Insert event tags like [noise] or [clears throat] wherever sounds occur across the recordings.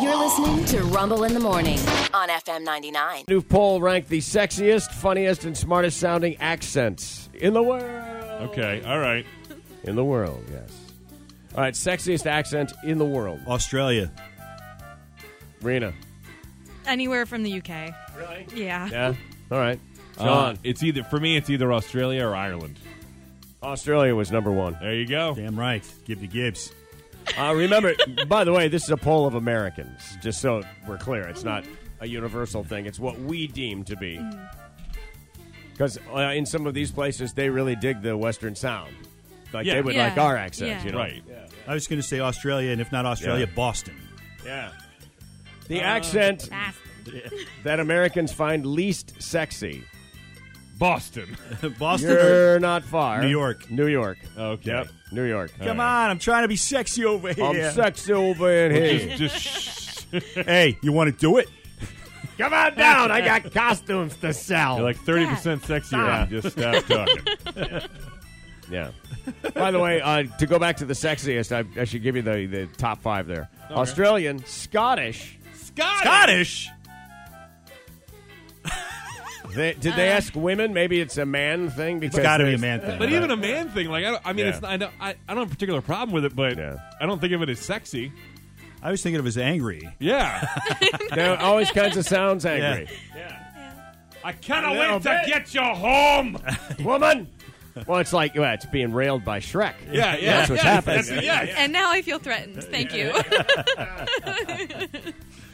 You're listening to Rumble in the Morning on FM 99. New poll ranked the sexiest, funniest, and smartest sounding accents in the world. Okay, all right. In the world, yes. All right, sexiest accent in the world. Australia. Rena. Anywhere from the UK. Really? Yeah. Yeah? All right. John, John. Uh, it's either for me. It's either Australia or Ireland. Australia was number [laughs] one. There you go. Damn right. Give to Gibbs. Uh, remember, by the way, this is a poll of Americans, just so we're clear. It's not a universal thing, it's what we deem to be. Mm. Because uh, in some of these places, they really dig the Western sound. Like, Yeah. they would Yeah. like our accents, Yeah. you know? Right. I was going to say Australia, and if not Australia, Yeah. Boston. [laughs] Yeah. The Uh, accent Fast. that Americans find least sexy. Boston. Boston. or- You're not far. New York. New York. Okay. Yep. New York. Come on, I'm trying to be sexy over here. I'm sexy over in here. Just, just hey, you want to do it? Come on down. I got costumes to sell. you're like thirty percent sexier. Yeah. Just stop [laughs] talking. [laughs] yeah. By the way, uh, to go back to the sexiest, I, I should give you the, the top five there. Australian, Scottish. Scottish. They, did they ask women? Maybe it's a man thing. Because It's got to be a there's- man thing. But even a man thing, like I, don't, I mean, Yeah. it's not, I, don't, I, I don't have a particular problem with it, but Yeah. I don't think of it as sexy. I was thinking of as angry. Yeah, [laughs] [laughs] There are always kinds of [laughs] sounds angry. I cannot little wait to bit. get you home. Woman. Well, it's like well, it's being railed by Shrek. Yeah, yeah, That's what's yeah, happening. that's- yeah, yeah. And now I feel threatened. Thank you.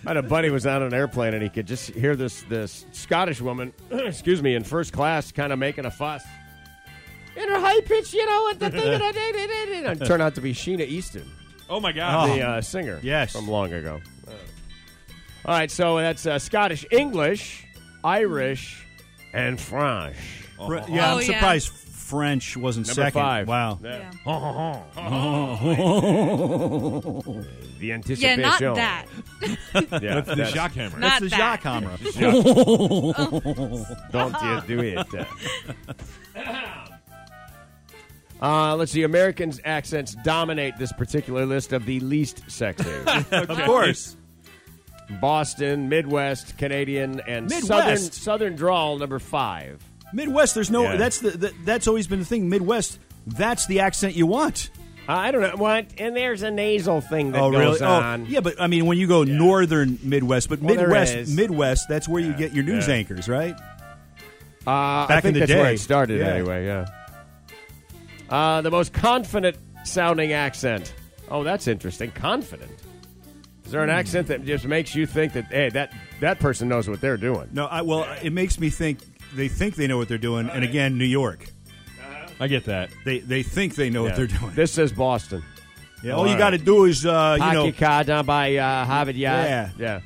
I had a buddy who was on an airplane and he could just hear this this Scottish woman, [clears throat] excuse me, in first class, kind of making a fuss. In her high pitch, you know, and the thing and it and turned out to be Sheena Easton, Oh my god. the uh, singer, Yes. from long ago. All right, so that's uh, Scottish, English, Irish, and French. Fr- yeah, Oh, I'm yeah. surprised French wasn't Number second. five. Wow. Yeah. The yeah, anticipation. not that. Yeah, Oh, That's the that's- shock hammer. [laughs] That's Not the that. [laughs] Jacques Don't you do it. Uh, let's see. Americans' accents dominate this particular list of the least [laughs] sexy. of course. Boston, Midwest, Canadian, and Midwest? Southern Southern drawl number five. Midwest, there's no. Yeah. That's the, the. That's always been the thing. Midwest, that's the accent you want. Uh, I don't know what. And there's a nasal thing that goes on. Oh, yeah, but I mean, when you go northern Midwest, but Well, there Midwest, is. Midwest, that's where you get your news yeah. anchors, right? Uh, I Back think in the that's where day. it started Yeah. anyway. Yeah. Uh, the most confident sounding accent. Oh, that's interesting. Confident. Is there an accent that just makes you think that hey that that person knows what they're doing? No, I, well, it makes me think they think they know what they're doing, and again, New York, I get that. they they think they know what they're doing. This is Boston. yeah, all you got to do is uh, you know, Hockey car down by uh, Harvard Yard. Yeah. yeah.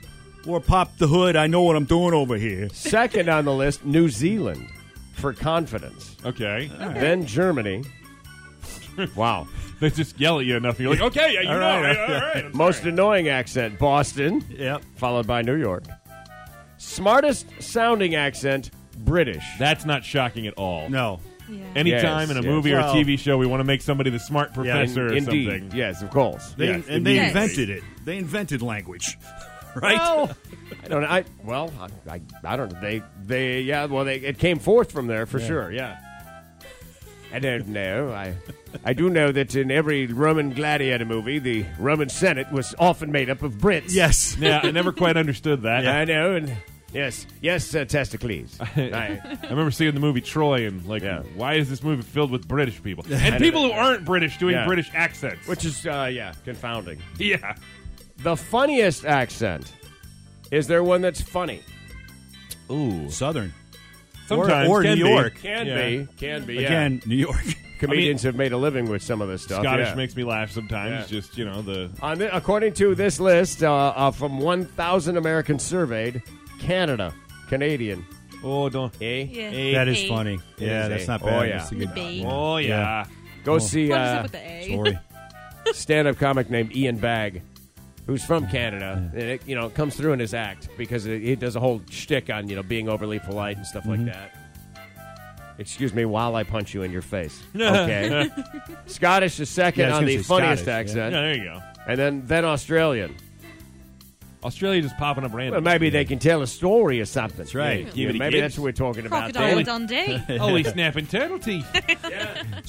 or pop the hood. I know what I'm doing over here. Second on the list, New Zealand for confidence. Okay, Then Germany. Wow. they just yell at you enough, and [laughs] you're like, okay, yeah, you All know, right. [laughs] yeah, all right. I'm Most sorry. annoying accent, Boston. Yep. followed by New York. Smartest sounding accent, British. That's not shocking at all. No, Yeah. Anytime Yes, in a yes. movie or a Well- TV show, we want to make somebody the smart professor or indeed. something. Yes, of course. they, yes, and they Yes. invented it. They invented language, right? Well, [laughs] I don't. I well, I, I, I don't. They they yeah. Well, they it came forth from there for sure. Yeah. I don't know. I I do know that in every Roman gladiator movie, the Roman Senate was often made up of Brits. yes. Yeah, I never quite understood that. I know. And yes, yes, uh, Testacles. I, I remember seeing the movie Troy and like, Yeah. why is this movie filled with British [laughs] people and people who aren't British doing Yeah. British accents? which is uh, yeah, confounding. yeah, The funniest accent is there one that's funny. ooh, Southern sometimes or can New be. York. Can Yeah. be, can be. yeah. again, New York. [laughs] comedians have made a living with some of this stuff. Scottish yeah. makes me laugh sometimes. Yeah. Just you know the On thi- according to this list uh, uh, from 1,000 Americans surveyed, Canada, Canadian, oh don't eh? Yeah. That is Hey. funny. It Yeah, is that's a- not oh, bad. yeah. That's a good Babe. oh yeah. Go see What is up uh, with the A? story. stand-up comic named Ian Bagg, who's from Canada, and it you know it comes through in his act because it, he does a whole shtick on you know being overly polite and stuff Mm-hmm. like that. Excuse me, while I punch you in your [laughs] face. Okay. Scottish is second Yeah, I was on gonna the say funniest Scottish, yeah. accent. Yeah, there you go. and then then Australian. Australia just popping up Well, randomly. maybe they can tell a story or something. That's right. Yeah, Give it a maybe gibbs. that's what we're talking about. [laughs] Crocodile there. Daily. Dundee. Holy snapping turtle teeth.